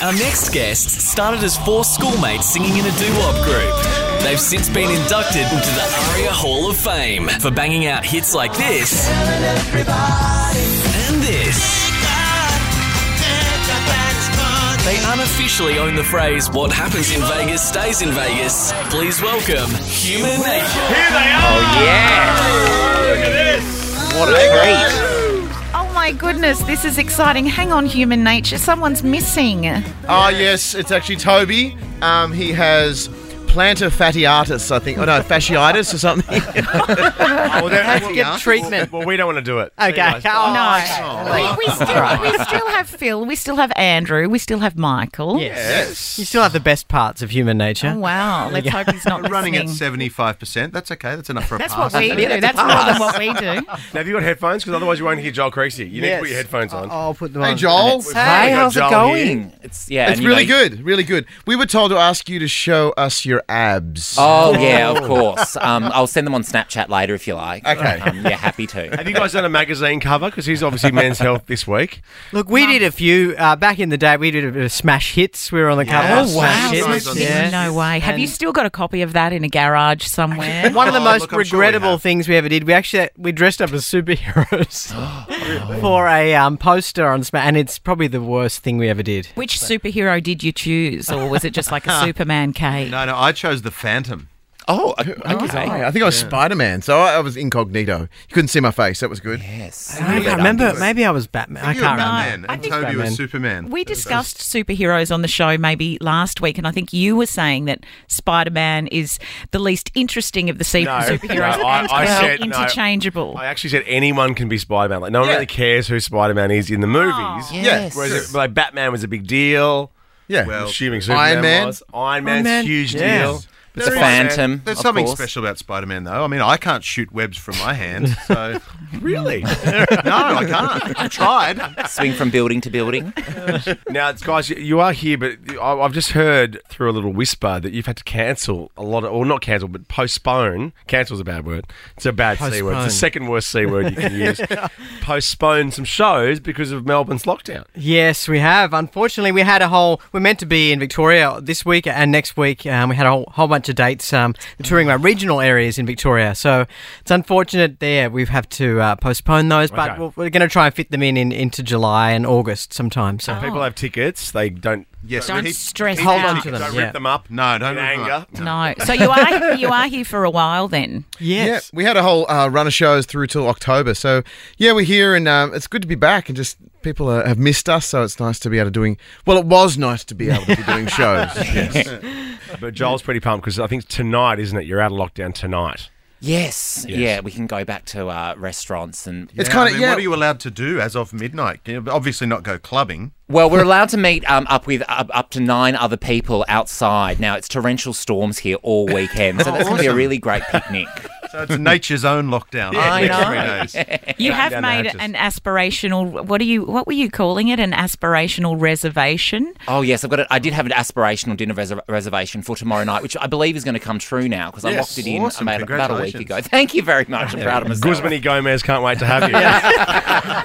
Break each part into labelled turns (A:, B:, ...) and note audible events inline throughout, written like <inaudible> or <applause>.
A: Our next guest started as four schoolmates singing in a doo wop group. They've since been inducted into the ARIA Hall of Fame for banging out hits like this and this. They unofficially own the phrase, what happens in Vegas stays in Vegas. Please welcome Human Nature.
B: Here they are! Oh, yeah! Look at this! What a treat!
C: Oh my goodness, this is exciting. Hang on, human nature. Someone's missing.
D: Ah, yes, it's actually Toby. Um, he has plantar fasciitis, I think. Oh, no, fasciitis or
E: <laughs>
D: something.
B: Well, then, well,
D: get
B: treatment. Well, we don't want to do it.
F: Okay.
C: No.
E: Oh.
C: We, we, still, we still have Phil, we still have Andrew, we still have Michael.
F: Yes. You still have the best parts of human nature.
C: Oh, wow. Let's hope he's not
E: running at
C: listening.
E: 75%. That's okay. That's enough for a
C: That's
E: pass.
C: what we do. That's more than what we do.
B: Now, have you got headphones? Because otherwise you won't hear Joel Creasy. You need to put your headphones on.
F: I'll put them
D: Hey,
F: on.
D: Joel.
F: Hey,
B: Hey,
F: how's it
B: Joel
F: going?
G: It's yeah,
D: It's
G: and you
D: really
G: know-
D: good, really good. We were told to ask you to show us your abs.
G: Oh yeah, of course. Um, I'll send them on Snapchat later if you like. <laughs>
D: Okay.
G: Um, yeah, happy
B: Have
G: to.
B: you guys done a magazine cover? Because he's obviously Men's Health this week.
F: Look, we did a few uh, back in the day. We did a bit of smash hits. We were on the cover.
E: Yeah.
F: of
E: Oh,
F: Smash
E: wow.
F: Hits.
E: Nice on
F: Yeah.
E: Smash.
C: No way. Have you still got a copy of that in a garage somewhere?
F: One of the
E: Oh,
F: most
E: look, I'm sure we
F: regrettable
E: have.
F: things we ever did. We actually we dressed up as <gasps> superheroes <laughs> for a um, poster on Smash, and it's probably the worst thing we ever did.
C: Which superhero did you choose, or was it just
E: <laughs>
C: like a Superman cake?
E: No, no, I chose the Phantom.
G: Oh, okay.
D: I think I was Spider Man, so I, I was incognito. You couldn't see my face. That was good.
G: Yes.
F: I
E: don't
F: can't remember.
E: do it.
F: Maybe I was Batman. I
E: You were
F: can't remember.
E: Batman
C: I
E: and
C: think-
E: Toby
F: Batman.
E: was Superman.
C: We discussed superheroes on the show maybe last week, and I think you were saying that Spider Man is the least interesting of the se-
B: No,
C: superheroes
B: no, I-
C: and
B: I
C: they're
B: said no.
C: interchangeable.
B: I actually said anyone can be Spider Man. Like, no one really cares who Spider Man is in the
C: Oh,
B: movies.
G: Yes.
B: Whereas, it- like, Batman was a big deal.
D: Yeah.
E: Well,
B: Assuming Superman
D: Man.
B: was. Iron Man's
F: Man,
B: huge
F: yeah.
B: deal.
G: The Phantom.
E: There's
G: of
E: something
G: course.
E: special about Spider Man, though. I mean, I can't shoot webs from my hand,
D: <laughs>
E: so.
B: Really?
E: No, I can't. I tried.
G: Swing from building to building.
B: Now, it's, guys, you- you are here, but I- I've just heard through a little whisper that you've had to cancel a lot of, or not cancel, but postpone. Cancel's a bad word. It's a bad C word. It's the
F: Postpone.
B: second worst C word you can
F: <laughs>
B: use. postpone some shows because of Melbourne's lockdown.
F: Yes, we have. Unfortunately, we had a whole. We're meant to be in Victoria this week and next week. Um, we had a whole, whole bunch of dates um, touring our regional areas in Victoria. So it's unfortunate there. We've had to uh, postpone those,
B: Okay.
F: but we'll, we're going to try and fit them in, in into July and August sometime. So
B: People have tickets. They don't.
E: Yes,
C: Don't
E: keep-
C: stress
E: keep
C: Hold
E: your
C: on
F: Oh. to
E: tickets.
F: them.
B: Don't
F: Yeah.
B: rip them up.
E: No, don't
B: In
E: rip them
B: anger.
E: up.
C: no, so you are you are here for a while then.
F: yes,
D: Yeah, we had a whole uh, run of shows through till October. So yeah, we're here, and um, it's good to be back. And just people uh, have missed us, so it's nice to be able to doing. Well, it was nice to be able to be doing shows.
B: But Joel's pretty pumped because I think tonight, isn't it? You're out of lockdown tonight.
G: Yes. Yeah, we can go back to uh, restaurants and.
D: It's
E: Yeah,
D: kind
E: I
D: of
E: mean,
D: yeah.
E: What are you allowed to do as of midnight? You know, obviously, not go clubbing.
G: Well, we're allowed to meet um, up with up, up to nine other people outside. Now it's torrential storms here all weekend, so that's going to be a really great picnic.
E: So
G: <laughs>
E: it's nature's own lockdown.
G: I
E: next
G: know.
E: three days.
C: You have
B: down the
C: made
B: hatches.
C: an aspirational. What do you? What were you calling it? An aspirational reservation?
G: Oh yes, I've got it. I did have an aspirational dinner reser- reservation for tomorrow night, which I believe is going to come true now because I
E: Yes,
G: locked it in
E: awesome.
G: about, about a week
E: Congratulations.
G: ago. Thank you very much. I'm proud of myself.
B: Guzmany Gomez can't wait to have you.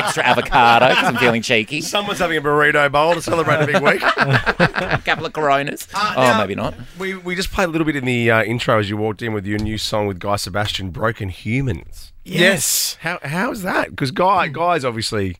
G: Extra avocado because I'm feeling cheeky.
B: Someone's having a burrito bowl to celebrate a big week.
F: <laughs>
G: A couple of Coronas. oh,
B: now-
G: maybe not.
B: we, we just played a little bit in the uh, intro as you walked in with your new song with Guy Sebastian, Broken Humans.
D: yes.
B: How how's that? Because Guy Guy's obviously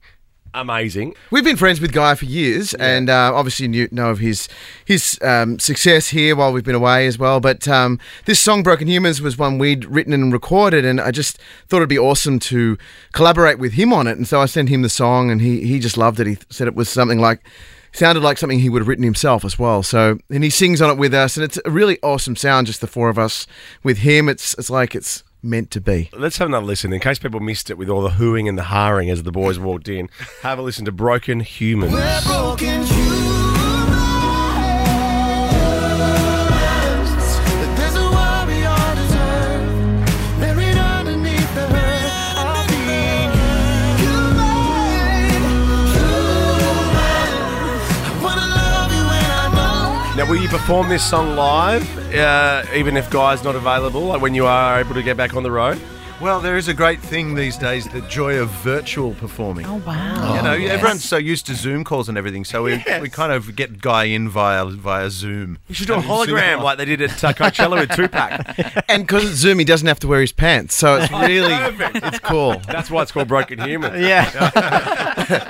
B: amazing.
D: We've been friends with Guy for years, and uh, obviously knew, know of his his um, success here while we've been away as well. But um, this song, "Broken Humans," was one we'd written and recorded, and I just thought it'd be awesome to collaborate with him on it. And so I sent him the song, and he he just loved it. He th- said it was something like sounded like something he would have written himself as well. So and he sings on it with us, and it's a really awesome sound. Just the four of us with him. It's it's like it's meant to be.
B: Let's have another listen in case people missed it with all the hooing and the harring as the boys walked in. Have a listen to Broken Humans. Now, will you perform this song live, uh, even if Guy's not available, like when you are able to get back on the road?
E: Well, there is a great thing these days the joy of virtual performing.
C: Oh, wow.
E: You know, everyone's so used to Zoom calls and everything, so we, we kind of get Guy in via via Zoom.
B: You should do a hologram like they did at uh, Coachella with Tupac.
D: And because it's Zoom, he doesn't have to wear his pants, so it's really it's cool.
B: That's why it's called Broken Human.
F: Yeah.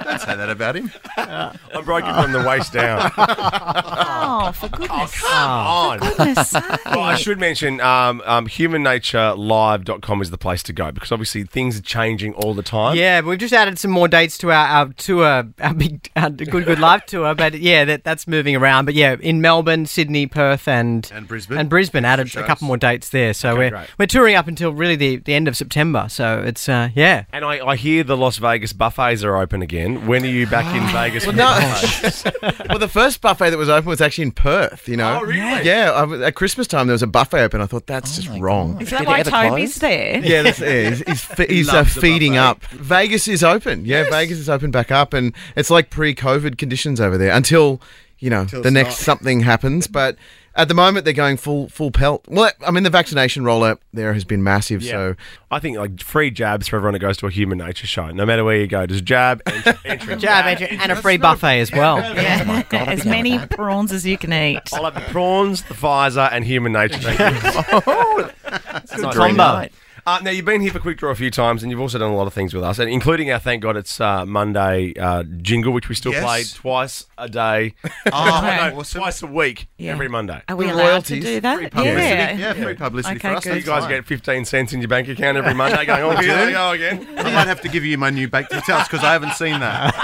E: Don't say that about him.
B: I'm broken from the waist down.
C: Oh, for goodness
B: On.
C: goodness sake.
B: Well, Oh, I should mention um, um, humannaturelive.com is the place to go because obviously things are changing all the time.
F: Yeah, but we've just added some more dates to our, our tour, our big our Good Good Life tour. But yeah, that, that's moving around. But yeah, in Melbourne, Sydney, Perth, and
E: And Brisbane.
F: and Brisbane added
E: For
F: a
E: shows.
F: couple more dates there. So we're
B: great.
F: we're touring up until really the, the end of September. So it's uh, yeah.
B: And I, I hear the Las Vegas buffets are open again. When are you back in Vegas? for
D: <laughs>
B: the
D: No.
B: buffet?
D: well, the first buffet that was open was actually in Perth. You know.
B: Oh, really?
D: Yeah. I was- at Christmas time, there was a buffet open. I thought that's just wrong.
C: Is that
G: Did it
C: why
G: ever close?
C: Toby's there?
D: <laughs> Yeah, that's, yeah, he's, he's, fe- he's uh,
E: loves the
D: feeding
E: buffet.
D: up. Vegas is open. Yeah, Vegas is open back up, and it's like pre-COVID conditions over there until you know the
E: it's
D: next
E: not.
D: something happens. But at the moment, they're going full full pelt. Well, I mean, the vaccination rollout there has been massive. So
B: I think like free jabs for everyone who goes to a human nature show. No matter where you go, just jab. ent- entry.
F: Jab Andrew, and a free buffet as well.
C: Yeah. <laughs> as many prawns as you can eat.
B: I'll have the prawns, the Pfizer, and human nature. oh, <laughs> that's a
G: combo.
B: Uh, now you've been here for Quick Draw a few times, and you've also done a lot of things with us, and including our thank God it's uh, Monday uh, jingle, which we still
E: Yes.
B: play twice a day,
E: Oh,
B: <laughs>
C: no,
E: awesome.
B: twice a week,
C: Yeah. Oh,
B: every Monday.
C: Are we
D: The
C: allowed
D: royalties,
C: to do that?
E: Free publicity.
C: Yeah.
E: Yeah, free publicity
C: Okay,
E: for us.
C: good.
B: You
E: that's
B: guys
E: fine.
B: get fifteen cents in your bank account every Monday, going, oh, here they go again.
E: I might have to give you my new bank details because I haven't
D: <laughs>
E: seen that.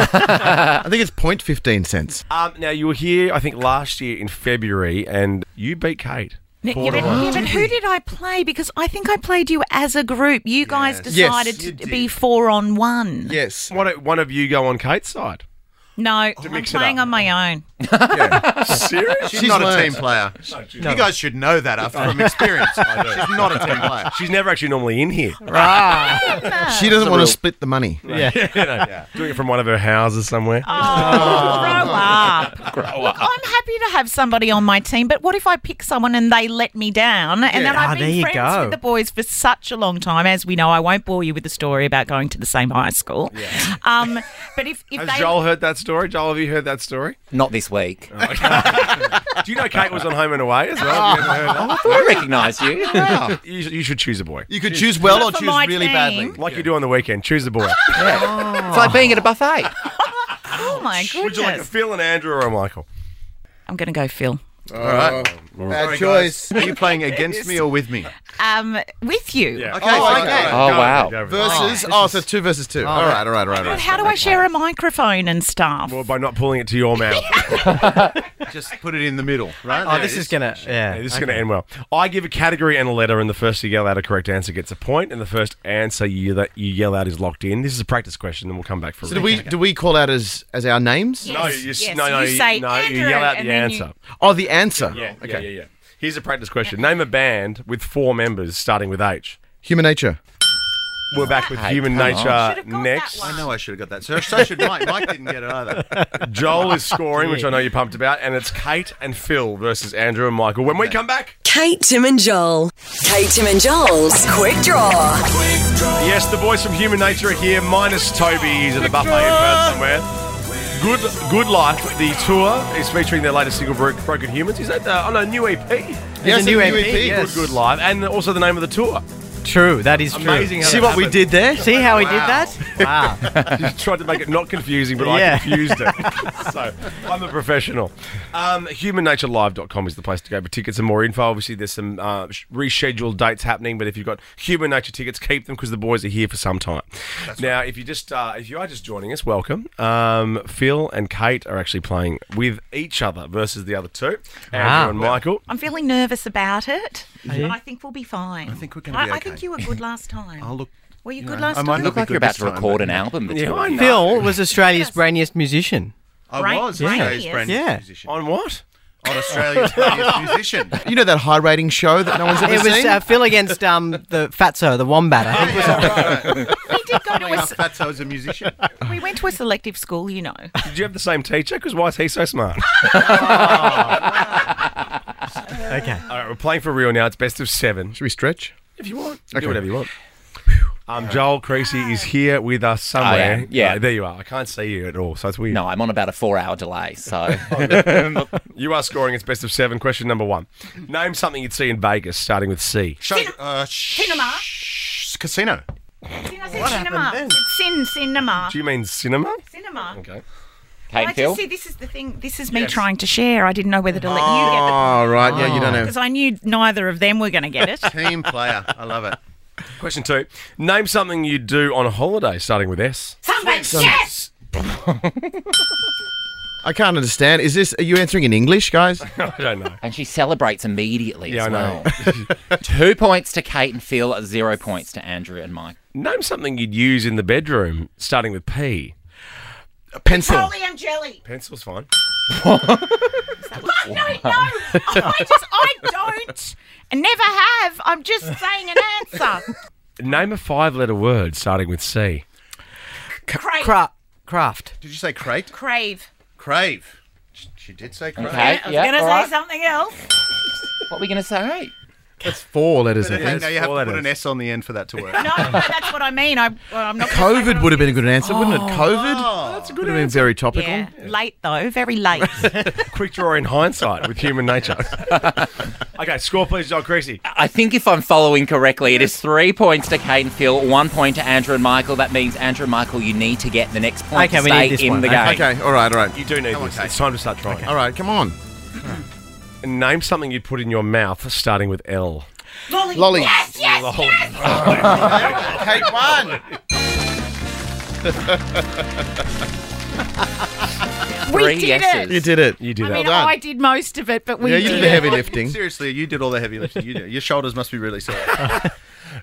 D: I think it's point fifteen cents.
B: Um, now you were here, I think, last year in February, and you beat Kate.
C: Yeah,
B: Four to
C: but,
B: one.
C: yeah, but who did I play? Because I think I played you as a group. You guys
D: Yes,
C: decided
E: you
C: to
E: did.
C: be four on one.
D: Yes.
B: Why don't one of you go on Kate's side?
C: No, I'm
B: mix it
C: playing
B: up.
C: on
B: <laughs>
C: my own.
B: Serious?
E: She's,
D: She's
E: not a
D: learned.
E: team player. You guys should know that after
D: <laughs>
E: from experience. She's not a team player.
B: She's never actually normally in here.
D: She doesn't want to split the money.
B: <laughs> Doing it from one of her houses somewhere.
C: Oh,
B: Oh.
C: Grow up. Look, I'm happy to have somebody on my team, but what if I pick someone and they let me down? And then
F: Ah,
C: I've
F: there
C: been
F: you
C: friends
F: go.
C: with the boys for such a long time. As we know, I won't bore you with the story about going to the same high school. Um, but if, if
B: Has
C: they
B: Joel heard that story? Joel, have you heard that story?
G: Not this week.
B: Do you know Kate was on Home and Away as well? Have you ever heard that?
G: I recognise you.
B: You, sh- you should choose a boy.
D: You could choose well or
C: for
D: choose
C: my
D: really
C: team.
D: badly.
B: Like you do on the weekend, choose a
C: <laughs>
B: boy.
G: It's like being at a buffet.
C: Oh my goodness!
B: Would you like a Phil and Andrew or a Michael?
C: I'm going to go Phil.
E: All right.
D: Bad choice.
E: Are you playing against me or with me?
C: Um, with you.
B: Yeah.
E: Okay,
D: Oh,
E: so-
D: okay.
G: Oh,
B: Go,
G: wow.
B: go with it.
D: Versus. Oh, so two versus two. All right. All right. All right. All
C: But
D: right.
C: how do I share a microphone and stuff?
B: Well, by not pulling it to your
C: <laughs>
B: mouth.
E: <laughs> Just put it in the middle, right?
F: Oh, this is gonna yeah.
B: Yeah, this is going to end well. I give a category and a letter, and the first to yell out a correct answer gets a point, and the first answer you that you yell out is locked in. This is a practice question, and we'll come back for. a
D: So do we do we call out as as our names?
B: No,
C: Yes,
B: you, s-
C: yes,
B: no, no,
C: you
B: you-
C: say
B: no, you
C: Andrew,
B: yell out
C: and
B: the
C: then you-
B: answer.
D: Oh, the answer. okay.
B: yeah, yeah, yeah. Here's a practice question. Name a band with four members starting with H.
D: Human nature.
B: We're back with Human
G: come on.
B: Nature
C: Should've got
B: Uh, next.
C: that
E: I know I should have got that. So, so should Mike. Mike didn't
D: <laughs>
E: get it either.
B: Joel is scoring, which I know you're pumped about, and it's Kate and Phil versus Andrew and Michael. When we come back,
H: Kate, Tim, and Joel. Kate, Tim, and Joel's Quick Draw.
B: yes, the boys from Human Nature are here, minus Toby. He's at the buffet in Perth somewhere. Good, good life. The tour is featuring their latest single, Bro- Broken Humans. Is that the, on a new EP?
D: Yes,
F: new
D: a
F: MP, yes.
B: Good, good life, and also the name of the tour.
F: True, that is true.
B: Amazing. How
D: See
B: that
D: what we
B: happened.
D: did there?
F: See how he did that? Wow.
B: You tried to make it not confusing, but I
F: Yeah.
B: confused it. so I'm a professional. Um, humannaturelive.com is the place to go for tickets and more info. Obviously, there's some uh, sh- rescheduled dates happening, but if you've got Human Nature tickets, keep them because the boys are here for some time. now, if you just uh, if you are just joining us, welcome. Um, Phil and Kate are actually playing with each other versus the other two, Andrew
F: Wow.
B: and Michael.
C: I'm feeling nervous about it, but I think we'll be fine. I
E: think we're gonna be
C: I
E: okay.
C: think you were good last time.
E: I'll Oh, look.
C: Were you
E: you
C: good
E: know,
C: last
E: I might
C: time?
E: look
G: Like you're
E: good
G: about
E: this
G: to
E: time,
G: record
E: but-
G: an album. the
B: Yeah,
G: two of
B: I
G: you.
B: know.
F: Phil was Australia's brainiest musician.
E: I
C: Right-
E: was
C: right,
E: Australia's
C: yes.
E: brand
F: Yeah.
E: new musician.
B: On what?
E: On Australia's brand new musician.
D: You know that high rating show that no one's ever
F: It was
D: seen?
F: uh, Phil against um the Fatso, the wombat. I think was
C: we did go to a,
E: Enough
C: s-
E: that so is a musician.
C: we went to a selective school, you know.
E: <laughs>
B: Did you have the same teacher? Because why is he
G: <laughs>
B: so <laughs> smart?
F: Okay.
B: All right, we're playing for real now. It's best of seven.
D: Should we stretch?
B: If you want, do whatever you want. Um, Joel Creasy is here with us
G: I
B: somewhere.
G: am, yeah.
B: Uh, there you are. I can't see you at all, so it's weird.
G: No, I'm on about a four hour delay, so.
B: You are scoring. It's best of seven. Question number one. Name something you'd see in Vegas, starting with C.
E: Show, uh, sh-
C: Cinema.
E: sh- casino.
C: I said cinema. It's Sin, cinema.
B: Do you mean cinema?
C: Cinema.
B: Okay.
G: Kate
C: I
G: Phil?
C: just see this is the thing. This is me trying to share. I didn't know whether to let you get the
D: Oh, right. Yeah, you don't know.
C: because I knew neither of them were going to get
E: <laughs>
C: it.
E: Team player. I love it.
B: Question two. Name something you do on a holiday, starting with S. <laughs>
C: Somebody's yes.
D: I can't understand. Is this? Are you answering in English,
E: <laughs>
D: guys?
B: I don't <laughs> know.
G: And she celebrates immediately
B: Yeah,
G: as
B: I know.
G: well. Two points to Kate and Phil, zero points to Andrew and Mike.
B: Name something you'd use in the bedroom, starting with P.
D: A pencil.
C: and jelly.
B: Pencil's fine.
C: No, no. I just, I don't. and Never have. I'm just saying an answer.
B: Name a five-letter word starting with C.
C: Crave.
F: Cra- craft.
E: Did you say crate?
C: Crave.
E: Crave. Sh- She did say crave.
G: Okay,
C: I was
G: yeah,
C: going to
G: all
C: say
G: right.
C: something else.
G: What are we going to say?
D: That's four letters. I
E: Hey,
D: guess.
E: now you have
B: all
E: to
B: that
E: put an
B: is.
E: S on the end for that to work.
C: No, no, that's what I mean. I, well, I'm not. gonna say what
D: COVID
C: I
D: would have been a
C: use.
D: good answer, wouldn't it? COVID.
E: Oh.
D: that's a good would have been very topical.
C: Yeah. Late though. Very late.
B: Quick draw in hindsight with human nature. okay, score please, John Creasy.
G: I think if I'm following correctly, it is three points to Kate and Phil, one point to Andrew and Michael. That means Andrew and Michael, you need to get the next point
F: Okay,
G: to
F: we
G: stay
F: need this
G: in
F: one.
G: the game.
F: Okay.
D: Okay. All right. All right.
B: You do need this. It's time to start trying.
D: All right. Come on.
B: Name something you'd put in your mouth, starting with L.
D: <laughs> Lolly.
B: Lol.
C: <laughs>
D: Kate one.
G: Three
C: we did
G: yeses.
C: it.
D: You did it.
B: You do
C: I
B: that.
C: mean,
D: done.
C: I did most of it, but we
D: Yeah, <laughs> you did the heavy lifting.
E: Seriously, you did all the heavy lifting. You did. Your shoulders must be really sore.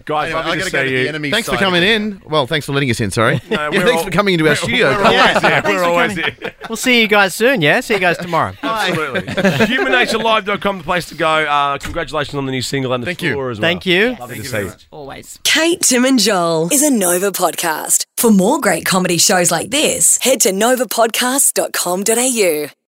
B: Guys,
E: Anyway,
B: i
E: I
B: to
E: got to go to
B: you.
E: the enemy
D: Thanks for
E: side
D: coming
E: again.
D: in. Well, thanks for letting us in. Sorry.
B: No,
D: yeah,
B: we're
D: thanks
B: all-
D: for coming into our studio. Colin.
C: <laughs>
B: always here. We're
F: for
B: always
F: coming.
B: here.
F: We'll see you guys soon, yeah? See you
B: <laughs>
F: guys tomorrow.
B: Absolutely. HumanNatureLive.com, the place to go. Uh, congratulations on the new single and the
D: Thank you.
B: tour as well.
F: Thank you.
B: Lovely to see you.
C: always.
H: Kate, Tim, and Joel is a Nova podcast. For more great comedy shows like this, head to novapodcast.com.au.